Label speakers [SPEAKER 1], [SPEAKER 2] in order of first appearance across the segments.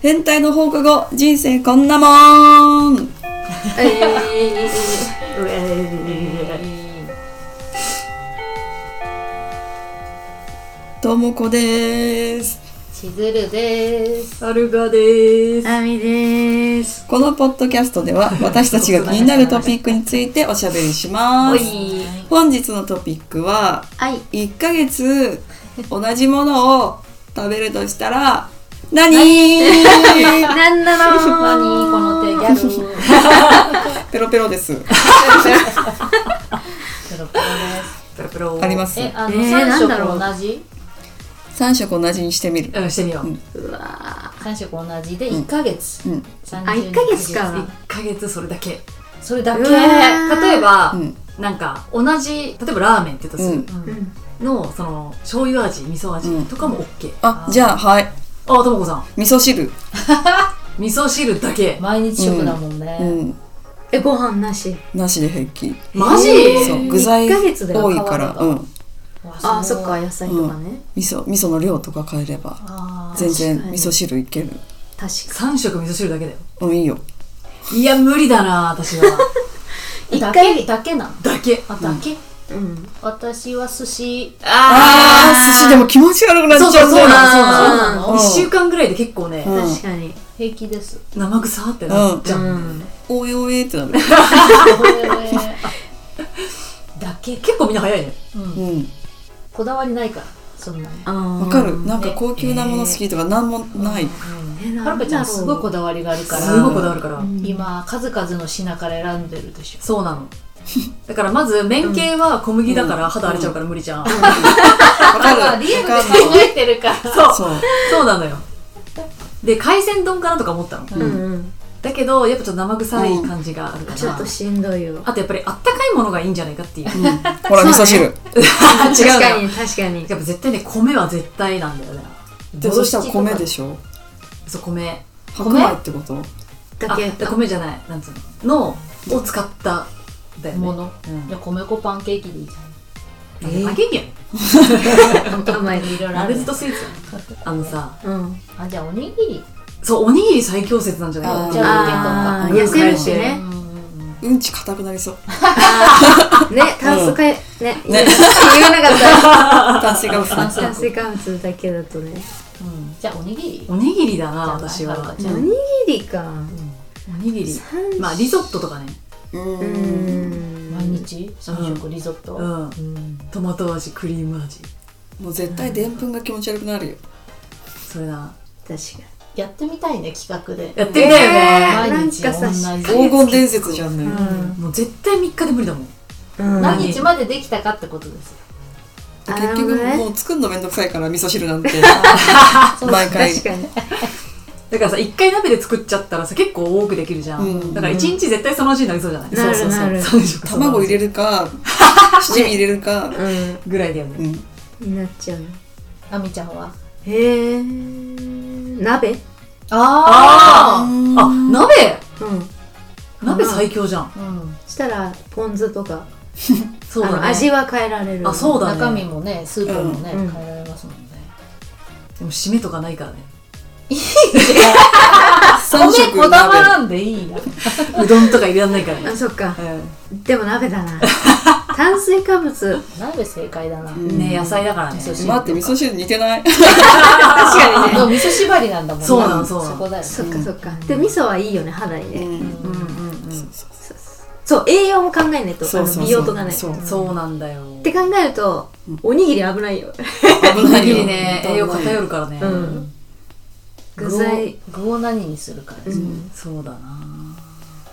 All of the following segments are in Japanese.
[SPEAKER 1] 変態の放課後人生こんなもん ともこです
[SPEAKER 2] しずるです。
[SPEAKER 3] アルガです。
[SPEAKER 4] あみです。
[SPEAKER 1] このポッドキャストでは私たちが気になるトピックについておしゃべりします本日のトピックは
[SPEAKER 4] はい。
[SPEAKER 1] 1ヶ月同じものを食べるとしたら何
[SPEAKER 4] なんだ
[SPEAKER 2] 何
[SPEAKER 4] ろう。
[SPEAKER 2] この手ギャル。
[SPEAKER 1] ペロペロです
[SPEAKER 2] ペロペロです。
[SPEAKER 3] プロプロ
[SPEAKER 1] あります
[SPEAKER 2] え、あの
[SPEAKER 4] えー
[SPEAKER 2] 三
[SPEAKER 4] なんだ
[SPEAKER 2] 色
[SPEAKER 4] ろう
[SPEAKER 2] 同じ？
[SPEAKER 1] 3色同じにしてみる
[SPEAKER 3] うん、してみよう。
[SPEAKER 1] うん
[SPEAKER 3] 1
[SPEAKER 2] 三色同じで一ヶ月。
[SPEAKER 1] うん
[SPEAKER 2] 30
[SPEAKER 4] あ、一ヶ月か。
[SPEAKER 3] ヶ月それだけ。
[SPEAKER 2] それだけ。
[SPEAKER 4] うわー
[SPEAKER 3] 例えば、
[SPEAKER 1] うん
[SPEAKER 3] なんか、同じ、例えばラーメンって言うとする
[SPEAKER 2] うん
[SPEAKER 4] うん
[SPEAKER 3] の、その、醤油味、味噌
[SPEAKER 1] う
[SPEAKER 3] 味
[SPEAKER 1] ん
[SPEAKER 3] とかも OK。
[SPEAKER 1] あじゃあはい
[SPEAKER 3] あ、ともこさん、
[SPEAKER 1] 味噌汁
[SPEAKER 3] 味噌汁だけ。
[SPEAKER 2] 毎日食だもんね。
[SPEAKER 1] うん
[SPEAKER 4] え、ご飯なし。
[SPEAKER 1] なしで平気
[SPEAKER 3] マジ
[SPEAKER 4] えー
[SPEAKER 1] そう具材
[SPEAKER 4] 一ヶ月だよ
[SPEAKER 1] 多いから
[SPEAKER 2] 変
[SPEAKER 1] う
[SPEAKER 2] わ
[SPEAKER 1] ん
[SPEAKER 2] わすごい
[SPEAKER 4] あ、そっか、。野菜とかね。
[SPEAKER 1] 味噌味噌の量とか変えれば
[SPEAKER 2] あー
[SPEAKER 1] 全然
[SPEAKER 4] 確か
[SPEAKER 1] 味
[SPEAKER 4] に
[SPEAKER 1] 噌汁いける
[SPEAKER 4] 確か
[SPEAKER 3] 3食味噌汁だけだよ。
[SPEAKER 1] うんいいよ
[SPEAKER 3] いや、無理だな、私は。
[SPEAKER 4] に。
[SPEAKER 2] だ
[SPEAKER 4] 一
[SPEAKER 2] け
[SPEAKER 4] 回。
[SPEAKER 2] だけなの。
[SPEAKER 3] だけ。
[SPEAKER 2] あ、だけ。
[SPEAKER 4] うん。
[SPEAKER 2] 私は寿司。
[SPEAKER 1] あー寿司でも気持ち悪くなっち
[SPEAKER 3] そう
[SPEAKER 1] ゃ
[SPEAKER 3] そうう、
[SPEAKER 1] ん
[SPEAKER 3] そ
[SPEAKER 1] だ
[SPEAKER 3] う
[SPEAKER 1] よ
[SPEAKER 3] なの、そう
[SPEAKER 4] あ
[SPEAKER 3] な
[SPEAKER 1] ー
[SPEAKER 3] の。1週間ぐらいで結構ね、
[SPEAKER 1] うん
[SPEAKER 4] 確かに。
[SPEAKER 2] 平気です。
[SPEAKER 3] 生臭ってなっちゃう。
[SPEAKER 4] うん。
[SPEAKER 1] おえおえってなる
[SPEAKER 2] だけ。
[SPEAKER 3] 結構みんな早いね。
[SPEAKER 2] うん。
[SPEAKER 1] うん
[SPEAKER 2] こだわりないから。そんなに。
[SPEAKER 4] あー
[SPEAKER 1] わかるなんか高級なもの好きとかなんもない
[SPEAKER 4] え、
[SPEAKER 2] はるかちゃんすごいこ
[SPEAKER 4] と。
[SPEAKER 2] だわりがあるから。
[SPEAKER 3] すごいこだわるから。
[SPEAKER 2] 今数々の品から選んでるでしょ
[SPEAKER 3] そうなの。 だからまず麺系は小麦だから肌荒れちゃうから無理じゃん。そう
[SPEAKER 1] わかる
[SPEAKER 2] あ
[SPEAKER 1] わか
[SPEAKER 2] あリアルで考
[SPEAKER 1] る
[SPEAKER 2] えてるから
[SPEAKER 1] そう
[SPEAKER 3] そうなのよ。で海鮮丼かなとか思ったの。
[SPEAKER 1] う
[SPEAKER 4] う
[SPEAKER 1] ん
[SPEAKER 4] うん。
[SPEAKER 3] だけどやっぱちょっと生臭い感じがあるから。
[SPEAKER 4] ちょっとしんどいよ。
[SPEAKER 3] あとやっぱりあったかいものがいいんじゃないかっていう。
[SPEAKER 1] うんほら味噌汁
[SPEAKER 3] あ
[SPEAKER 4] 確
[SPEAKER 3] 違うの
[SPEAKER 4] か
[SPEAKER 3] よ。
[SPEAKER 4] に、確かに
[SPEAKER 3] や。っぱ絶対ね米は絶対なんだよね。
[SPEAKER 1] でそしたら米でしょ
[SPEAKER 3] そう米。
[SPEAKER 1] 白米ってこと
[SPEAKER 4] だ
[SPEAKER 3] あ
[SPEAKER 4] け。
[SPEAKER 3] 米じゃない。なんつうののを使ったんだよね。
[SPEAKER 2] もの
[SPEAKER 3] うん
[SPEAKER 2] じゃあ米粉パンケーキでいいじ
[SPEAKER 3] なんかパンケーキやね。
[SPEAKER 4] 甘い
[SPEAKER 2] ゃん。いろいろあ
[SPEAKER 3] ラ
[SPEAKER 2] る
[SPEAKER 3] ベ
[SPEAKER 2] ね
[SPEAKER 3] ルトスイーツやね。あのさ、
[SPEAKER 4] うん。
[SPEAKER 2] あじゃあおにぎり
[SPEAKER 3] そうおにぎり最強説なんじゃないか
[SPEAKER 1] あ
[SPEAKER 3] っ
[SPEAKER 1] ー
[SPEAKER 3] て
[SPEAKER 2] じゃあお
[SPEAKER 4] あー
[SPEAKER 2] にぎり
[SPEAKER 4] 痩
[SPEAKER 2] とか
[SPEAKER 4] せるし
[SPEAKER 2] う
[SPEAKER 4] ね。
[SPEAKER 2] んうん
[SPEAKER 1] うんち硬くなりそう
[SPEAKER 4] ね、炭素化、ね、言わ
[SPEAKER 1] ね
[SPEAKER 4] なかった。
[SPEAKER 1] 炭水化物
[SPEAKER 2] 炭水化
[SPEAKER 4] 炭
[SPEAKER 2] 物
[SPEAKER 4] 水化物だけだとね。
[SPEAKER 2] うんじゃあおにぎり
[SPEAKER 3] おにぎりだな、
[SPEAKER 2] じ
[SPEAKER 3] 私
[SPEAKER 2] ゃあ
[SPEAKER 3] は
[SPEAKER 2] るか。ち
[SPEAKER 4] お
[SPEAKER 2] ゃん
[SPEAKER 4] にぎりか。
[SPEAKER 3] おにぎり。まあ、リゾットとかね。
[SPEAKER 1] う
[SPEAKER 4] うー
[SPEAKER 1] ん
[SPEAKER 4] ん。
[SPEAKER 2] 毎日三食リゾット
[SPEAKER 3] うん
[SPEAKER 2] ん
[SPEAKER 3] トマト味、クリーム味。
[SPEAKER 1] もう絶対でんぷんが気持ち悪くなるよ
[SPEAKER 3] それな。
[SPEAKER 4] 確か
[SPEAKER 2] やってみたいね企画で
[SPEAKER 3] やってみたいよね。
[SPEAKER 4] えー
[SPEAKER 2] 毎日
[SPEAKER 4] なんかさ
[SPEAKER 2] 同じ
[SPEAKER 1] 黄金伝説じゃんね
[SPEAKER 3] もう絶対3日で無理だもん。
[SPEAKER 4] に。うん
[SPEAKER 2] 何日までできたかってことですよ
[SPEAKER 4] あ
[SPEAKER 1] 結
[SPEAKER 4] なるほ
[SPEAKER 1] 局
[SPEAKER 4] どね
[SPEAKER 1] もう作るのめんどくさいから味噌汁なんて毎回
[SPEAKER 4] 確かに。
[SPEAKER 3] だからさ、1回鍋で作っちゃったらさ、結構多くできるじゃ
[SPEAKER 1] うん
[SPEAKER 3] ん。だから1日絶対その味になりそうじゃない
[SPEAKER 4] なるなる。
[SPEAKER 3] そうでしょ
[SPEAKER 1] 卵入れるか七味入れるか
[SPEAKER 4] うん。
[SPEAKER 3] ぐらいだよね。
[SPEAKER 1] うん
[SPEAKER 4] になっちゃう。
[SPEAKER 2] あみちゃんは
[SPEAKER 4] へえ。ー。鍋
[SPEAKER 3] あ
[SPEAKER 2] あ
[SPEAKER 3] ーあ、鍋
[SPEAKER 4] うん。
[SPEAKER 3] 鍋最強じゃん。
[SPEAKER 2] うん
[SPEAKER 4] したら、ポン酢とか。
[SPEAKER 3] そう
[SPEAKER 4] あ
[SPEAKER 3] だ
[SPEAKER 4] の、
[SPEAKER 3] ね。
[SPEAKER 4] 味は変えられる。
[SPEAKER 3] あそうだね
[SPEAKER 2] 中身もねスープもね
[SPEAKER 4] うんうん
[SPEAKER 2] 変えられますもんね
[SPEAKER 3] でも締めとかないからね。
[SPEAKER 1] 三食
[SPEAKER 2] 米こだわらんでいいや
[SPEAKER 3] うどんとか入れらんないからね
[SPEAKER 4] あ、。そっか。
[SPEAKER 3] う
[SPEAKER 4] でも鍋だな。炭水化物。
[SPEAKER 2] 鍋正解だな
[SPEAKER 1] うん
[SPEAKER 3] んね野菜だからね。
[SPEAKER 2] 味噌汁
[SPEAKER 1] 待って味噌汁似てない
[SPEAKER 4] 確かに
[SPEAKER 2] で
[SPEAKER 4] ね。
[SPEAKER 2] も味噌縛りなんだもんね
[SPEAKER 3] そうなのそうなの
[SPEAKER 2] そこだよね
[SPEAKER 4] そっかそっか。で、味噌はいいよね、肌に
[SPEAKER 1] う
[SPEAKER 4] ね。
[SPEAKER 1] ん
[SPEAKER 3] うんうん
[SPEAKER 1] そううそう
[SPEAKER 4] そうそう、栄養も考えないと、
[SPEAKER 1] そ
[SPEAKER 4] あ
[SPEAKER 1] うそうそ
[SPEAKER 4] の
[SPEAKER 1] う
[SPEAKER 4] 美容とかね。
[SPEAKER 1] そ
[SPEAKER 4] っ
[SPEAKER 1] う
[SPEAKER 3] うん。そうなんだよ。
[SPEAKER 4] て考えると、おにぎり危ないよ。
[SPEAKER 1] 危
[SPEAKER 3] お
[SPEAKER 1] な
[SPEAKER 3] に
[SPEAKER 1] い
[SPEAKER 3] ぎ
[SPEAKER 1] よ
[SPEAKER 3] りね栄養偏るからね、
[SPEAKER 4] うん。具材。
[SPEAKER 2] 具を具を何にするかですね、
[SPEAKER 3] そうだな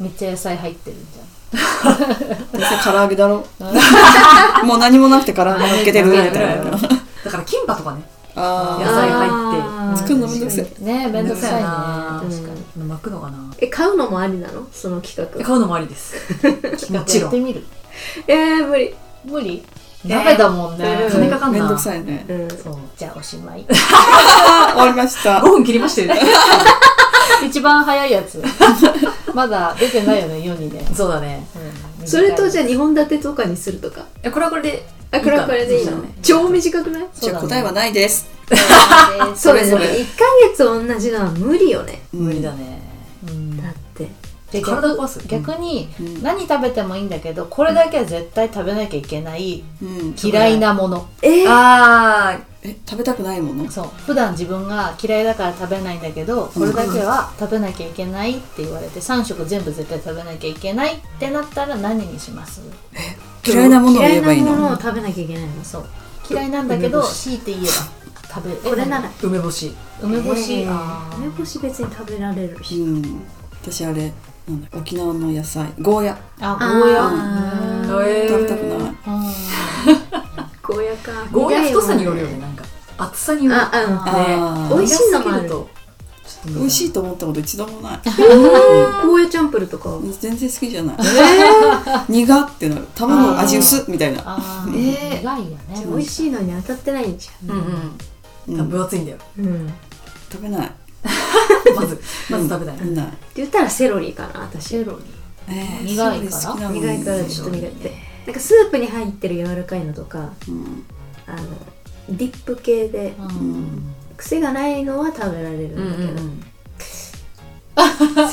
[SPEAKER 2] めっちゃ野菜入ってるんじゃ
[SPEAKER 1] どうせ唐揚げだろもう何もなくて唐揚げ乗っけてるみたいな
[SPEAKER 3] だからキンパとかね野
[SPEAKER 1] あ
[SPEAKER 3] 菜入って
[SPEAKER 4] あー
[SPEAKER 1] 作るのめんどくせえ
[SPEAKER 4] 確かに
[SPEAKER 2] んねえめんどくさいね
[SPEAKER 3] めんどく
[SPEAKER 2] 確
[SPEAKER 4] さい
[SPEAKER 2] か
[SPEAKER 4] な
[SPEAKER 2] に
[SPEAKER 3] 巻くのかな
[SPEAKER 4] え買うのもありなのその企画
[SPEAKER 3] 買うのもありですもち
[SPEAKER 2] や
[SPEAKER 3] ろ
[SPEAKER 2] って
[SPEAKER 3] ん
[SPEAKER 2] みる
[SPEAKER 4] えー、無理
[SPEAKER 2] 無理鍋だもんね、
[SPEAKER 4] うん
[SPEAKER 3] 金かかん
[SPEAKER 1] めんど
[SPEAKER 3] な
[SPEAKER 1] く
[SPEAKER 3] そう
[SPEAKER 1] さいね
[SPEAKER 4] うん
[SPEAKER 2] じゃあおしまい
[SPEAKER 1] あ終わりました
[SPEAKER 3] 5分切りましたよね
[SPEAKER 2] 一番早いやつまだ出てないよね世にね、
[SPEAKER 3] そうだね
[SPEAKER 2] うん
[SPEAKER 4] それとじゃ
[SPEAKER 2] ゃ
[SPEAKER 4] あ2本立てとかにするとか
[SPEAKER 3] いやこれはこれで
[SPEAKER 4] あこれはこれでいいの
[SPEAKER 3] そうだね
[SPEAKER 4] 超短くない
[SPEAKER 1] じゃあ答えはないです
[SPEAKER 4] そうです
[SPEAKER 3] そ
[SPEAKER 4] ね
[SPEAKER 3] れそれ
[SPEAKER 4] 1ヶ月同じのは無理よね
[SPEAKER 1] 無
[SPEAKER 3] 理だね
[SPEAKER 2] うん
[SPEAKER 4] だって
[SPEAKER 2] で
[SPEAKER 3] 体
[SPEAKER 2] 逆
[SPEAKER 3] 壊す
[SPEAKER 2] 逆に
[SPEAKER 1] うん
[SPEAKER 2] 何食べてもいいんだけどこれだけは絶対食べなきゃいけない
[SPEAKER 1] うん
[SPEAKER 2] 嫌いなもの
[SPEAKER 4] えー、
[SPEAKER 3] あ
[SPEAKER 1] え食べたくないもの
[SPEAKER 2] そう普段自分が嫌いだから食べないんだけどこれだけは食べなきゃいけないって言われて3食全部絶対食べなきゃいけないってなったら何にします
[SPEAKER 1] 嫌いなものを言えばいい
[SPEAKER 4] 嫌いなも
[SPEAKER 1] の
[SPEAKER 4] のを食べなきゃいけないの
[SPEAKER 2] そう嫌いなんだけど強いて言えば食べる
[SPEAKER 4] これなら
[SPEAKER 3] ー梅干し
[SPEAKER 2] 梅干
[SPEAKER 4] え
[SPEAKER 2] し
[SPEAKER 4] ー
[SPEAKER 2] あー
[SPEAKER 4] 梅干し別に食べられるし、
[SPEAKER 1] うん私あれなんだ沖縄の野菜ゴーヤ
[SPEAKER 2] あゴーヤ
[SPEAKER 4] あ
[SPEAKER 2] う
[SPEAKER 4] ー
[SPEAKER 2] んうん
[SPEAKER 1] 食べたくない
[SPEAKER 4] ゴーヤか
[SPEAKER 3] ゴーヤ
[SPEAKER 4] 苦い
[SPEAKER 3] 太
[SPEAKER 4] もん
[SPEAKER 3] さによるよねなんか厚さによる
[SPEAKER 4] あうん
[SPEAKER 1] あー
[SPEAKER 4] 美味しいのもあ
[SPEAKER 3] 苦すぎと
[SPEAKER 4] る
[SPEAKER 3] ちょっと無理だな
[SPEAKER 1] 美味しいと思ったこと一度もない
[SPEAKER 4] ゴーヤチャンプルとか
[SPEAKER 1] うん全然好きじゃない 苦ってなる卵の味薄っみたいな
[SPEAKER 2] あー
[SPEAKER 4] えー
[SPEAKER 2] 苦いよね
[SPEAKER 4] 美味しいのに当たってないんじゃ
[SPEAKER 3] うんうん
[SPEAKER 1] うん
[SPEAKER 3] 多分分厚い んだよ
[SPEAKER 4] ん、うん、って
[SPEAKER 1] 食べない
[SPEAKER 3] まずまず食べたい
[SPEAKER 1] 食べない
[SPEAKER 4] 言ったらセロリかな私
[SPEAKER 2] セロリ
[SPEAKER 1] えー
[SPEAKER 2] 苦いから
[SPEAKER 1] セロリ好きなのに
[SPEAKER 4] 苦いからちょっと苦いってなんかスープに入ってる柔らかいのとか
[SPEAKER 1] うん
[SPEAKER 4] あのディップ系で
[SPEAKER 2] う
[SPEAKER 1] うんん
[SPEAKER 4] 癖がないのは食べられるんだけど、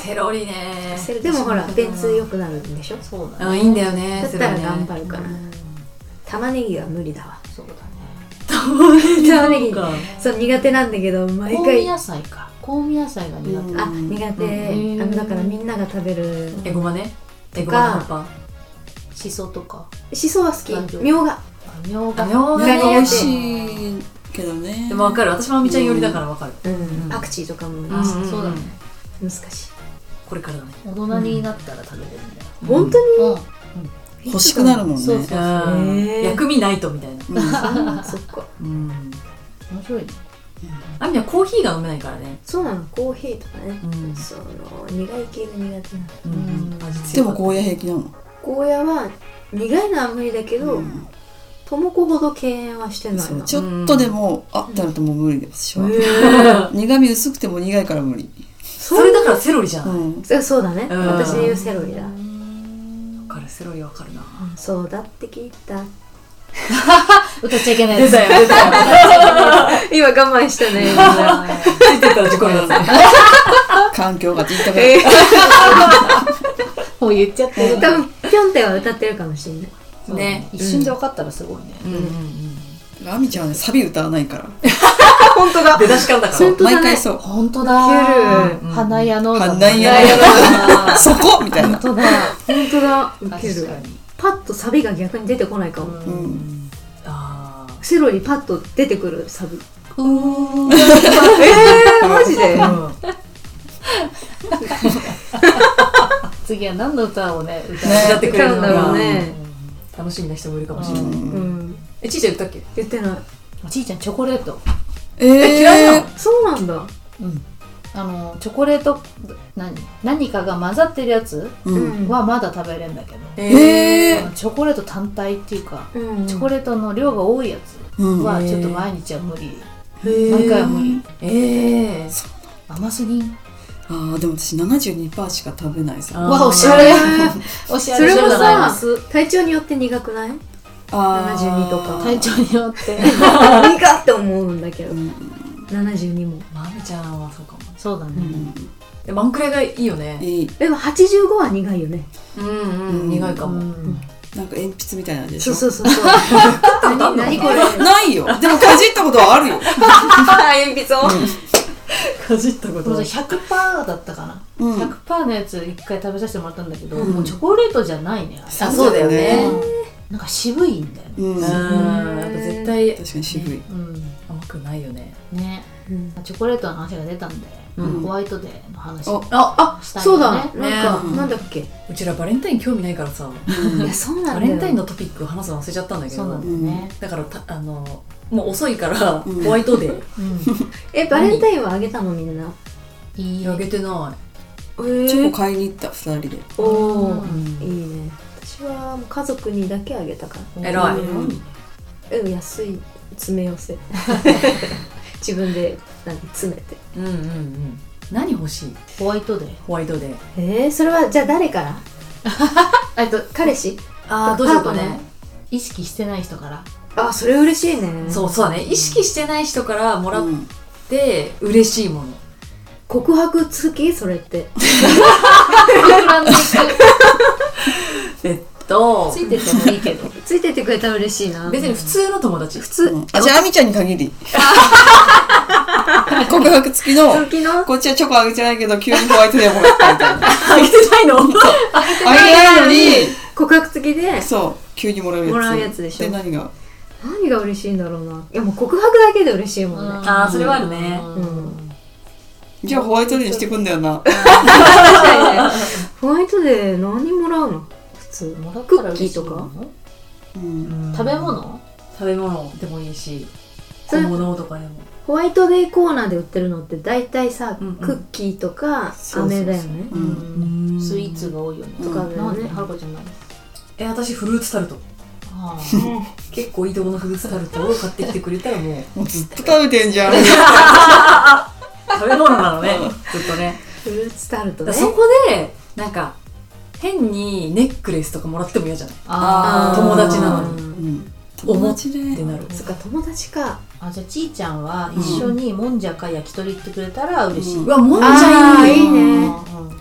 [SPEAKER 3] セロリね
[SPEAKER 4] セロリでもほら
[SPEAKER 2] そうだな
[SPEAKER 4] 便通良くなるんでしょ
[SPEAKER 2] そうだね
[SPEAKER 3] あいいんだよね
[SPEAKER 4] だっ
[SPEAKER 3] セ
[SPEAKER 4] た
[SPEAKER 3] ロリ
[SPEAKER 4] ら
[SPEAKER 3] ね
[SPEAKER 4] 頑張るか
[SPEAKER 2] う
[SPEAKER 4] な、
[SPEAKER 2] ん
[SPEAKER 4] 玉ねぎは無理だわ
[SPEAKER 2] そうだね
[SPEAKER 4] 玉ねぎ
[SPEAKER 3] そうか
[SPEAKER 4] そう苦手なんだけど毎
[SPEAKER 2] 香味
[SPEAKER 4] 回あ
[SPEAKER 2] 野菜か香味野菜が苦手
[SPEAKER 4] 苦
[SPEAKER 2] う
[SPEAKER 4] 手
[SPEAKER 2] ん
[SPEAKER 4] あのだからみんなが食べる
[SPEAKER 3] えごまねえごまの葉っ
[SPEAKER 2] しそとか
[SPEAKER 4] しそは好
[SPEAKER 2] 大
[SPEAKER 4] き
[SPEAKER 2] 丈夫
[SPEAKER 4] みょうが
[SPEAKER 2] みょう
[SPEAKER 3] ぱ
[SPEAKER 2] が
[SPEAKER 3] みょうが
[SPEAKER 1] 苦い美
[SPEAKER 3] ね
[SPEAKER 4] 苦
[SPEAKER 1] 味
[SPEAKER 4] 手
[SPEAKER 1] しいけどね
[SPEAKER 3] でもわかる私もあみちゃん寄りだからわかる
[SPEAKER 4] うん
[SPEAKER 3] うん
[SPEAKER 4] パクチーとかも
[SPEAKER 2] ん
[SPEAKER 4] 難
[SPEAKER 2] そうだね
[SPEAKER 4] しい
[SPEAKER 3] これからだね
[SPEAKER 2] 大人になったら食べれるんだよ
[SPEAKER 4] 本当に
[SPEAKER 2] うん
[SPEAKER 1] 欲しくなるもんね
[SPEAKER 2] そうそう
[SPEAKER 3] うん
[SPEAKER 4] へー
[SPEAKER 3] 薬味ないとみたいな
[SPEAKER 1] うん
[SPEAKER 4] あそっか
[SPEAKER 3] うん
[SPEAKER 2] 面白いね
[SPEAKER 3] あみはコーヒーが飲めないからね
[SPEAKER 4] そうなのコーヒーとかね
[SPEAKER 3] うん
[SPEAKER 4] その苦い系が苦手なの
[SPEAKER 3] うん
[SPEAKER 2] うん
[SPEAKER 3] 味付け
[SPEAKER 1] でもゴーヤ平気なの
[SPEAKER 4] ゴーヤは苦いのは無理だけど
[SPEAKER 1] ん
[SPEAKER 4] トモコほど敬遠はしてない
[SPEAKER 1] そう
[SPEAKER 4] な
[SPEAKER 1] ちょっとでもあってなるともう無理です私 は苦味薄くても苦いから無理
[SPEAKER 3] それだからセロリじゃん
[SPEAKER 1] う
[SPEAKER 3] わ
[SPEAKER 1] ん
[SPEAKER 4] そうそうだね
[SPEAKER 3] うん
[SPEAKER 4] 私で言うセロリだ
[SPEAKER 3] かるセロリわかるな
[SPEAKER 4] そうだって聞いた
[SPEAKER 2] 歌っちゃいけないです
[SPEAKER 3] よ出たよ
[SPEAKER 4] 今我慢した ね
[SPEAKER 3] ついてったら事故になった
[SPEAKER 1] 環境がって言ったから
[SPEAKER 4] え
[SPEAKER 2] もう言っちゃって
[SPEAKER 4] ー
[SPEAKER 2] る
[SPEAKER 4] 多分ピョンテは歌ってるかもしれない
[SPEAKER 2] そうだ
[SPEAKER 3] ね
[SPEAKER 2] 一瞬で分かったらすごいね
[SPEAKER 3] うんうんうん
[SPEAKER 1] アミちゃんはねサビ歌わないから
[SPEAKER 4] 本当だ
[SPEAKER 3] 出だしからだから
[SPEAKER 4] そう当だね
[SPEAKER 1] 毎回 そう
[SPEAKER 2] 本当
[SPEAKER 4] ウ
[SPEAKER 2] だ
[SPEAKER 4] ケ
[SPEAKER 3] る
[SPEAKER 2] 花屋の
[SPEAKER 1] 花屋
[SPEAKER 2] だ
[SPEAKER 1] そこみたい
[SPEAKER 2] 本
[SPEAKER 1] な
[SPEAKER 2] 当だ
[SPEAKER 4] 本当だウケ
[SPEAKER 2] 確
[SPEAKER 4] る
[SPEAKER 2] かに
[SPEAKER 4] パッとサビが逆に出てこないかも、
[SPEAKER 1] うん
[SPEAKER 3] あー
[SPEAKER 4] セロリパッと出てくるサビ
[SPEAKER 2] うん
[SPEAKER 4] えー、マジで
[SPEAKER 3] うん
[SPEAKER 2] 次は何の歌をね歌
[SPEAKER 1] ね
[SPEAKER 2] う
[SPEAKER 3] 歌ってくれるの
[SPEAKER 4] 歌うんだろ
[SPEAKER 3] が
[SPEAKER 4] うね
[SPEAKER 3] 楽しみな人もいるかも
[SPEAKER 2] かも
[SPEAKER 3] し
[SPEAKER 2] し
[SPEAKER 3] れ
[SPEAKER 2] れ
[SPEAKER 3] な
[SPEAKER 2] ないい
[SPEAKER 4] うん
[SPEAKER 3] えちいちゃん言ったっけ
[SPEAKER 4] 言ってない
[SPEAKER 2] おじいちゃんチョコレート
[SPEAKER 1] ええ
[SPEAKER 3] 嫌いなの
[SPEAKER 4] そうなんだ
[SPEAKER 2] うんあのチョコレート何何かが混ざってるやつ
[SPEAKER 1] うん
[SPEAKER 2] はまだ食べれんだけど、
[SPEAKER 1] え
[SPEAKER 2] あのチョコレート単体っていうか、
[SPEAKER 4] うん
[SPEAKER 2] チョコレートの量が多いやつ
[SPEAKER 1] うん
[SPEAKER 2] はちょっと毎日は無理、
[SPEAKER 3] え
[SPEAKER 2] 毎回は無理
[SPEAKER 3] ええ
[SPEAKER 2] 甘すぎん
[SPEAKER 1] あーでも私72%しか食べないさ
[SPEAKER 2] わおしゃ
[SPEAKER 3] れ
[SPEAKER 2] れ
[SPEAKER 4] え
[SPEAKER 2] おしゃ
[SPEAKER 4] そ
[SPEAKER 2] れ
[SPEAKER 4] れ
[SPEAKER 2] でご
[SPEAKER 4] も
[SPEAKER 2] ざいま
[SPEAKER 4] さ
[SPEAKER 2] す
[SPEAKER 4] 体調によって苦くない
[SPEAKER 1] あー
[SPEAKER 4] 72とか
[SPEAKER 2] 体調によって
[SPEAKER 4] 苦って思うんだけど
[SPEAKER 1] うん
[SPEAKER 4] 72も
[SPEAKER 3] まみちゃんはそうかも
[SPEAKER 2] そうだね、
[SPEAKER 1] うん
[SPEAKER 3] でもあんくらいがいいよね
[SPEAKER 1] いい
[SPEAKER 4] でも85は苦いよね
[SPEAKER 3] うん
[SPEAKER 1] うん
[SPEAKER 3] 苦いか
[SPEAKER 2] う
[SPEAKER 3] も
[SPEAKER 2] ん、
[SPEAKER 1] なんか鉛筆みたいなんでし
[SPEAKER 4] そ
[SPEAKER 1] ょ
[SPEAKER 4] うそうそうそう何 何これ
[SPEAKER 1] ないよでもかじったことはあるよ
[SPEAKER 4] 鉛筆を
[SPEAKER 3] かじったこ
[SPEAKER 2] でもさ100%だったかな、
[SPEAKER 1] うん
[SPEAKER 2] 100%のやつ一回食べさせてもらったんだけど、
[SPEAKER 1] うん
[SPEAKER 2] もうチョコレートじゃないねあれ
[SPEAKER 3] あそうだよね
[SPEAKER 2] なんか渋いんだよね、
[SPEAKER 1] うん
[SPEAKER 3] うん
[SPEAKER 1] 確
[SPEAKER 3] やっぱ絶対
[SPEAKER 1] かに渋い
[SPEAKER 2] うん
[SPEAKER 3] 甘くないよね
[SPEAKER 2] ね
[SPEAKER 4] うん
[SPEAKER 2] チョコレートの話が出たんで、
[SPEAKER 3] うん
[SPEAKER 2] ホワイトデーの話
[SPEAKER 1] お
[SPEAKER 3] ああ
[SPEAKER 2] したい
[SPEAKER 4] そうだ
[SPEAKER 2] ね
[SPEAKER 4] なんか
[SPEAKER 1] ね
[SPEAKER 4] なんだっけ
[SPEAKER 3] うちらバレンタイン興味ないからさ
[SPEAKER 1] うん
[SPEAKER 4] いやそうな
[SPEAKER 3] バ
[SPEAKER 4] んだ
[SPEAKER 3] レ
[SPEAKER 4] よ
[SPEAKER 3] ンタインのトピック話すの忘れちゃったんだけ
[SPEAKER 2] そうなん
[SPEAKER 3] ど
[SPEAKER 2] だよね、
[SPEAKER 3] だからたあのもう遅いから
[SPEAKER 1] うん
[SPEAKER 3] ホワイトデー
[SPEAKER 2] うん、
[SPEAKER 4] えバレンタインはあげたのみんない
[SPEAKER 2] い
[SPEAKER 3] あげてな
[SPEAKER 4] え
[SPEAKER 1] チョ
[SPEAKER 4] ー
[SPEAKER 1] コ買いに行った二人で
[SPEAKER 4] おお
[SPEAKER 3] い
[SPEAKER 4] いいね私はもう家族にだけあげたか
[SPEAKER 3] えらい
[SPEAKER 2] うん
[SPEAKER 4] らうん安い詰め寄 せ自分でなんか詰めて
[SPEAKER 3] うんうんうん何欲しい
[SPEAKER 2] ホワイトデー
[SPEAKER 3] ホワイトデー
[SPEAKER 4] えー、それはじゃあ誰からえっと彼氏
[SPEAKER 3] あ
[SPEAKER 4] ーどうしようかね
[SPEAKER 2] 意識してない人から
[SPEAKER 4] あそれ嬉しいね
[SPEAKER 3] そうそうだね意識してない人からもらって嬉しいもの
[SPEAKER 4] 告白付きそれって
[SPEAKER 2] 膨らんでいく
[SPEAKER 3] えっと
[SPEAKER 2] ついててもいいけど
[SPEAKER 4] ついてってくれたら嬉しいな
[SPEAKER 3] 別に普通の友達
[SPEAKER 4] 普通
[SPEAKER 1] うんあじゃあ、あみちゃんに限り。 告白付きの、
[SPEAKER 4] 好きの
[SPEAKER 1] こっちはチョコあげてないけど、急にホワイトデーもらったみたいな。
[SPEAKER 3] あげてないの
[SPEAKER 1] あげないのに、
[SPEAKER 4] 告白付きで
[SPEAKER 1] そう、急にもらうやつ。
[SPEAKER 4] もらうやつでしょ
[SPEAKER 1] 何が
[SPEAKER 4] 何が嬉しいんだろうないやもう告白だけで嬉しいもんね
[SPEAKER 3] あーそれはあるね
[SPEAKER 4] うん
[SPEAKER 1] じゃあホワイトデーにしてくんだよな。
[SPEAKER 4] 確かにねホワイトデー何もらうの普通
[SPEAKER 2] もらっ
[SPEAKER 4] ク
[SPEAKER 2] たら
[SPEAKER 4] ッキ
[SPEAKER 2] 嬉し
[SPEAKER 4] ー
[SPEAKER 2] い
[SPEAKER 4] とか
[SPEAKER 1] うん。
[SPEAKER 2] 食べ物
[SPEAKER 3] 食べ物でもいいし
[SPEAKER 4] そ
[SPEAKER 3] 小
[SPEAKER 4] れ
[SPEAKER 3] 物とかでも
[SPEAKER 4] ホワイトデーコーナーで売ってるのって大体さ、
[SPEAKER 3] うんうん
[SPEAKER 4] クッキーとか
[SPEAKER 1] そうそうそう
[SPEAKER 4] 飴だよね
[SPEAKER 1] う。
[SPEAKER 2] うんんスイーツが多いよね
[SPEAKER 1] うん
[SPEAKER 4] とかだよ
[SPEAKER 2] なんで
[SPEAKER 4] ね、
[SPEAKER 2] はるかちゃんなんで
[SPEAKER 3] え私フルーツタルト
[SPEAKER 2] あ
[SPEAKER 3] 結構いいとこのフルーツタルトを買ってきてくれたらもう
[SPEAKER 1] もうずっと食べてんじゃん。
[SPEAKER 3] 食べ物なのねずっとね
[SPEAKER 4] フルーツタルト
[SPEAKER 3] だか
[SPEAKER 4] ね
[SPEAKER 3] らそこでなんか変にネックレスとかもらっても嫌じゃない
[SPEAKER 2] あー
[SPEAKER 3] 友達なの
[SPEAKER 1] う
[SPEAKER 4] に
[SPEAKER 1] ん。
[SPEAKER 3] 思っ
[SPEAKER 1] で。
[SPEAKER 3] てなる
[SPEAKER 4] そっか友達か
[SPEAKER 2] あじゃあちーちゃんは一緒にもんじゃか焼き鳥行ってくれたら嬉しい、
[SPEAKER 1] うん
[SPEAKER 3] うわもんじ
[SPEAKER 4] あ
[SPEAKER 3] ゃ
[SPEAKER 4] ー
[SPEAKER 3] いい
[SPEAKER 4] い
[SPEAKER 3] ね
[SPEAKER 4] いね
[SPEAKER 2] うんうん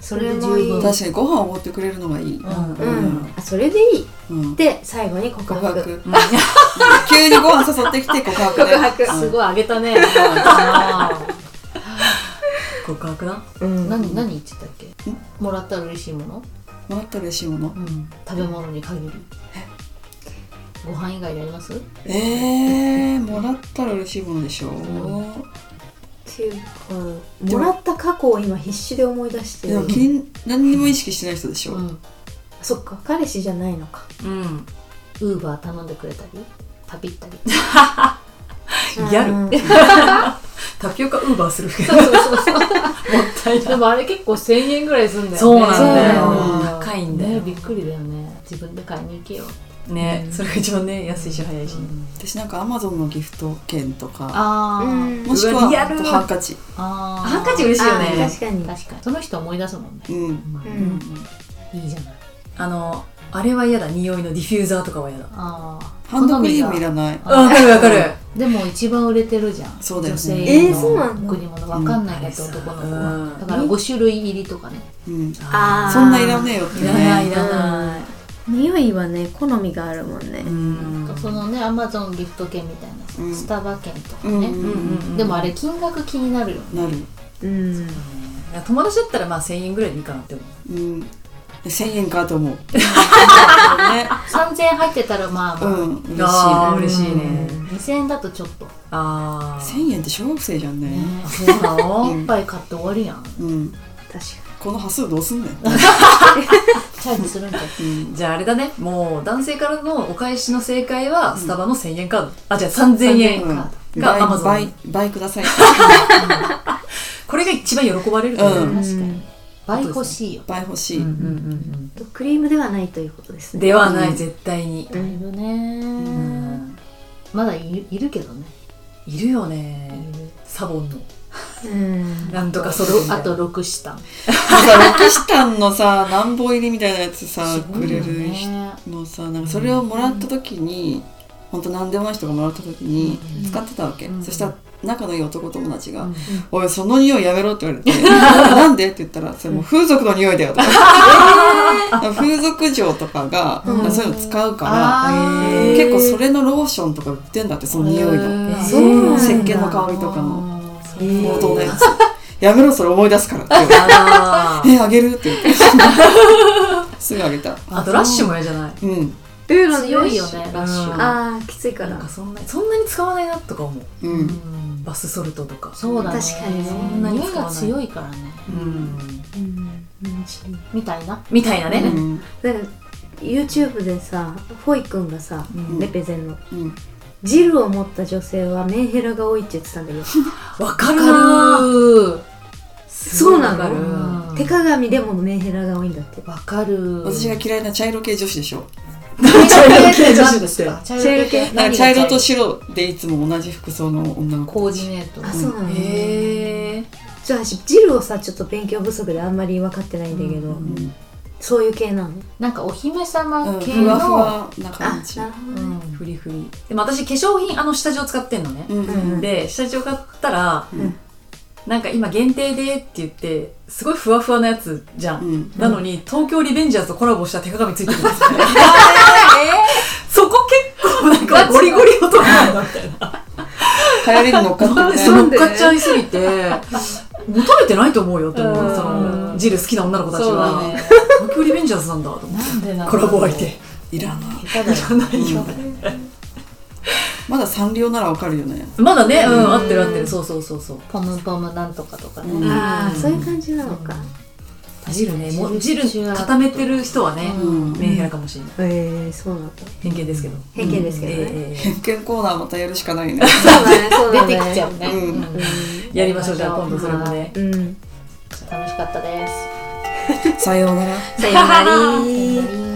[SPEAKER 4] それもいい
[SPEAKER 2] それで十分
[SPEAKER 1] 確かにご飯をおごってくれるのがいい。
[SPEAKER 2] うん
[SPEAKER 4] う
[SPEAKER 1] うん
[SPEAKER 4] ん、あそれでいい
[SPEAKER 1] うん。
[SPEAKER 4] で最後に告
[SPEAKER 1] 告
[SPEAKER 4] 白
[SPEAKER 1] 白。うん急にご飯誘ってきて告 白ね。
[SPEAKER 4] 告白
[SPEAKER 2] すごいあげたね。
[SPEAKER 3] 告白な
[SPEAKER 4] うん
[SPEAKER 2] 何何言ってたっけ？もらったら嬉しいもの？
[SPEAKER 1] もらったら嬉しいもの。
[SPEAKER 2] 食べ物に限り。ご飯以外であります？
[SPEAKER 1] えー、もらったら嬉しいものでしょ
[SPEAKER 4] っていうかもらった過去を今必死で思い出して
[SPEAKER 1] でも気に何にも意識してない人でしょ、
[SPEAKER 2] ん。
[SPEAKER 4] そっか彼氏じゃないのか
[SPEAKER 3] うん
[SPEAKER 2] ウーバー頼んでくれたり、パピったり。
[SPEAKER 3] ギ ャ
[SPEAKER 4] ル
[SPEAKER 3] タピオカウーバーするけど
[SPEAKER 2] そうそうそう。
[SPEAKER 3] もったい
[SPEAKER 2] で
[SPEAKER 3] ない
[SPEAKER 2] もあれ結構千円ぐらいすんだよね。
[SPEAKER 3] そうなんだ
[SPEAKER 1] よ
[SPEAKER 3] 高いんだよ
[SPEAKER 2] ねびっくりだよね。自分で買いに行けよ。
[SPEAKER 3] ねそれが一番ね安いし早いしね
[SPEAKER 1] 私なんかアマゾンのギフト券とか
[SPEAKER 2] あ
[SPEAKER 4] うん
[SPEAKER 1] もしく
[SPEAKER 3] うわ
[SPEAKER 1] は
[SPEAKER 3] リアル
[SPEAKER 1] あとハンカチ
[SPEAKER 2] あー。
[SPEAKER 3] ハンカチ嬉しいよ
[SPEAKER 4] あー
[SPEAKER 3] ね
[SPEAKER 4] 確かに
[SPEAKER 2] 確かに。その人思い出すもんね。
[SPEAKER 1] うん
[SPEAKER 4] うん
[SPEAKER 2] いいじゃない。
[SPEAKER 3] あのあれは嫌だ匂いのディフューザーとかは嫌だ
[SPEAKER 2] ああ。
[SPEAKER 1] ハンドクリームいらない
[SPEAKER 2] あ
[SPEAKER 3] わかるわかる
[SPEAKER 2] でも一番売れてるじゃん。
[SPEAKER 1] そうだよね
[SPEAKER 2] 女性用
[SPEAKER 4] えーそうなんだ
[SPEAKER 2] の贈り物わかんないやつ、
[SPEAKER 3] うん
[SPEAKER 2] 男の子
[SPEAKER 3] う
[SPEAKER 2] は
[SPEAKER 3] ん。
[SPEAKER 2] だから5種類入りとかね。
[SPEAKER 1] うん
[SPEAKER 4] あー
[SPEAKER 1] そんないらねえよって
[SPEAKER 3] いらないい
[SPEAKER 1] ね
[SPEAKER 3] らない
[SPEAKER 4] 匂いはね好みがあるもんね
[SPEAKER 3] うん
[SPEAKER 2] そのね、アマゾンギフト券みたいなさ、
[SPEAKER 1] うん
[SPEAKER 2] スタバ券とか
[SPEAKER 1] うんう
[SPEAKER 2] ね。
[SPEAKER 1] ん
[SPEAKER 3] うん
[SPEAKER 2] でもあれ金額気になるよね。
[SPEAKER 1] なる
[SPEAKER 4] うん
[SPEAKER 3] いや友達だったらまあ1000円ぐらいでいいかなって思う
[SPEAKER 1] うん1000円かと 思うね
[SPEAKER 2] 3000円入ってたらまあ
[SPEAKER 1] う
[SPEAKER 2] まあ、
[SPEAKER 1] ん
[SPEAKER 3] あー
[SPEAKER 1] 嬉
[SPEAKER 3] 嬉
[SPEAKER 1] しい
[SPEAKER 3] しいね
[SPEAKER 2] 2000円だとちょっと。
[SPEAKER 3] ああ
[SPEAKER 1] 1000円って小学生じゃんね
[SPEAKER 2] ね
[SPEAKER 3] そうなの
[SPEAKER 2] 一杯買って終わりやん。
[SPEAKER 1] うん
[SPEAKER 4] 確
[SPEAKER 1] この端数どうす んねん
[SPEAKER 2] チャージするんじゃん。
[SPEAKER 1] うん
[SPEAKER 3] じゃああれだねもう男性からのお返しの正解はスタバの1000円カードあじゃあ3000
[SPEAKER 2] 3000
[SPEAKER 3] 円
[SPEAKER 2] 円
[SPEAKER 1] うん
[SPEAKER 3] が Amazon
[SPEAKER 1] 倍倍くだ さい
[SPEAKER 3] これが一番喜ばれると思う
[SPEAKER 1] うん
[SPEAKER 4] か
[SPEAKER 2] 確か
[SPEAKER 4] に
[SPEAKER 2] に。倍欲しいよ。
[SPEAKER 1] 倍欲し
[SPEAKER 3] うん
[SPEAKER 1] い
[SPEAKER 3] うんうん
[SPEAKER 4] クリームではないということです
[SPEAKER 3] うん
[SPEAKER 4] ね
[SPEAKER 3] ではな
[SPEAKER 1] う
[SPEAKER 3] い
[SPEAKER 1] ん
[SPEAKER 3] 絶対に
[SPEAKER 2] だいぶ
[SPEAKER 3] う
[SPEAKER 2] ね。
[SPEAKER 3] ん
[SPEAKER 2] まだいるいるけどね。
[SPEAKER 3] いるよ
[SPEAKER 2] い
[SPEAKER 3] ね
[SPEAKER 2] る
[SPEAKER 3] サボンの
[SPEAKER 4] うん
[SPEAKER 3] なんとかソロみたいな
[SPEAKER 2] あと6下。
[SPEAKER 1] なんかロキシタンのさ何本入りみたいなやつさ
[SPEAKER 2] すご
[SPEAKER 1] く
[SPEAKER 2] い
[SPEAKER 1] れ
[SPEAKER 2] よ
[SPEAKER 1] る人
[SPEAKER 2] ね。
[SPEAKER 1] のさなんかそれをもらった時に、ほん、本当何でもない人がもらった時に
[SPEAKER 4] うん
[SPEAKER 1] 使ってたわけ、
[SPEAKER 3] うん
[SPEAKER 1] そしたら仲のいい男友達が「
[SPEAKER 3] うん
[SPEAKER 1] おいその匂いやめろ」って言われて「なんで?」って言ったら「それもう風俗の匂いだよ」とかなんか 風俗嬢とかが、
[SPEAKER 4] うん
[SPEAKER 1] なんかそういうの使うから
[SPEAKER 2] あー
[SPEAKER 3] ー
[SPEAKER 1] 結構それのローションとか売ってんだってその匂いが
[SPEAKER 3] えー
[SPEAKER 4] そうなんだ
[SPEAKER 1] 石鹸の香りとかの
[SPEAKER 2] あー
[SPEAKER 3] えー
[SPEAKER 1] 冒頭のやつ「やめろそれ思い出すから」って言われて
[SPEAKER 3] あ
[SPEAKER 1] えあげるって言ってすぐあげた
[SPEAKER 3] ーあとラッシュも嫌じゃない
[SPEAKER 1] うん
[SPEAKER 2] 強いよねラッシ
[SPEAKER 3] う
[SPEAKER 2] ュ
[SPEAKER 3] ん
[SPEAKER 4] あーきついか
[SPEAKER 3] なん
[SPEAKER 4] ら
[SPEAKER 3] かそんなそんなに使わないなとか思う
[SPEAKER 1] う
[SPEAKER 2] うんん
[SPEAKER 3] バスソルトとか
[SPEAKER 2] そうだね
[SPEAKER 4] 確かにね
[SPEAKER 2] そんなに匂いが強いからね
[SPEAKER 3] うん
[SPEAKER 4] うんうん
[SPEAKER 2] みたいな
[SPEAKER 3] みたいな
[SPEAKER 1] う
[SPEAKER 3] ね
[SPEAKER 1] ん
[SPEAKER 4] なんか YouTube でさフォイくんがさ
[SPEAKER 3] うん
[SPEAKER 4] レペゼンの
[SPEAKER 1] うん
[SPEAKER 4] ジルを持った女性はメンヘラが多いって言ってたんだけど
[SPEAKER 3] わかる
[SPEAKER 2] わか
[SPEAKER 3] な
[SPEAKER 2] る
[SPEAKER 4] そうな
[SPEAKER 3] わかる
[SPEAKER 4] の
[SPEAKER 2] うん
[SPEAKER 4] 手鏡でもメンヘラが多いんだって
[SPEAKER 2] わかる
[SPEAKER 1] 私が嫌いな茶色系女子でしょ
[SPEAKER 2] 茶
[SPEAKER 3] 色系女子です
[SPEAKER 2] か
[SPEAKER 3] か
[SPEAKER 2] 茶
[SPEAKER 4] 色系
[SPEAKER 2] 色系
[SPEAKER 1] なんか茶色と白でいつも同じ服装の女の子
[SPEAKER 2] コーディネート
[SPEAKER 4] あそうなの
[SPEAKER 3] へえ
[SPEAKER 4] じゃあ私ジルをさちょっと勉強不足であんまり分かってないんだけど、
[SPEAKER 1] うん
[SPEAKER 4] そういう系なの
[SPEAKER 2] なんかお姫様系
[SPEAKER 1] ふ
[SPEAKER 2] の、
[SPEAKER 1] わふわな感じ。
[SPEAKER 4] なるほど
[SPEAKER 3] う
[SPEAKER 4] ね
[SPEAKER 3] ん、フリフリでも私化粧品あの下地を使ってんのね、
[SPEAKER 1] うんうん
[SPEAKER 4] うん
[SPEAKER 3] で下地を買ったら、
[SPEAKER 1] うん
[SPEAKER 3] なんか今限定でって言ってすごいふわふわなやつじゃん、
[SPEAKER 1] うん
[SPEAKER 3] なのに東京リベンジャーズとコラボした手鏡ついてるんですよねそこ結構なんかゴリゴリ男なんだみたいな
[SPEAKER 1] 流行りに乗っかってる ね。
[SPEAKER 3] それ乗っかっちゃいすぎて求めてないと思うよって思
[SPEAKER 2] う
[SPEAKER 3] うんそのジル好きな女の子たち
[SPEAKER 2] そうだ
[SPEAKER 3] は、
[SPEAKER 2] ね
[SPEAKER 3] 東京リベンジャーズなんだと思って
[SPEAKER 2] なんでなんだろう
[SPEAKER 3] コラボ相手
[SPEAKER 1] いらない。
[SPEAKER 2] 下手だよ
[SPEAKER 3] ないよ
[SPEAKER 1] まだサンリオならわかるよ ね。
[SPEAKER 3] まだねうん合ってる合ってるそうそうそうそう
[SPEAKER 2] ポムポムなんとかとかね、
[SPEAKER 1] うん
[SPEAKER 4] ああそういう感じなのか
[SPEAKER 3] ジルねもうジ
[SPEAKER 2] ジル
[SPEAKER 3] ル固めてる人はね、
[SPEAKER 1] うん
[SPEAKER 3] メンヘラかもしれない
[SPEAKER 4] へえそうなんだ
[SPEAKER 3] 偏見ですけど、
[SPEAKER 4] 偏見ですけどね、
[SPEAKER 3] えええ
[SPEAKER 1] 偏見コーナーまたやるしかないね。
[SPEAKER 4] そうだねそう
[SPEAKER 2] 出
[SPEAKER 4] だ
[SPEAKER 2] て
[SPEAKER 4] ね
[SPEAKER 2] きちゃうね、
[SPEAKER 1] うん
[SPEAKER 2] うん
[SPEAKER 3] えやりましょうじゃあ今度それもね
[SPEAKER 4] うん
[SPEAKER 2] 楽しかったです
[SPEAKER 1] さようなら。
[SPEAKER 4] さよなら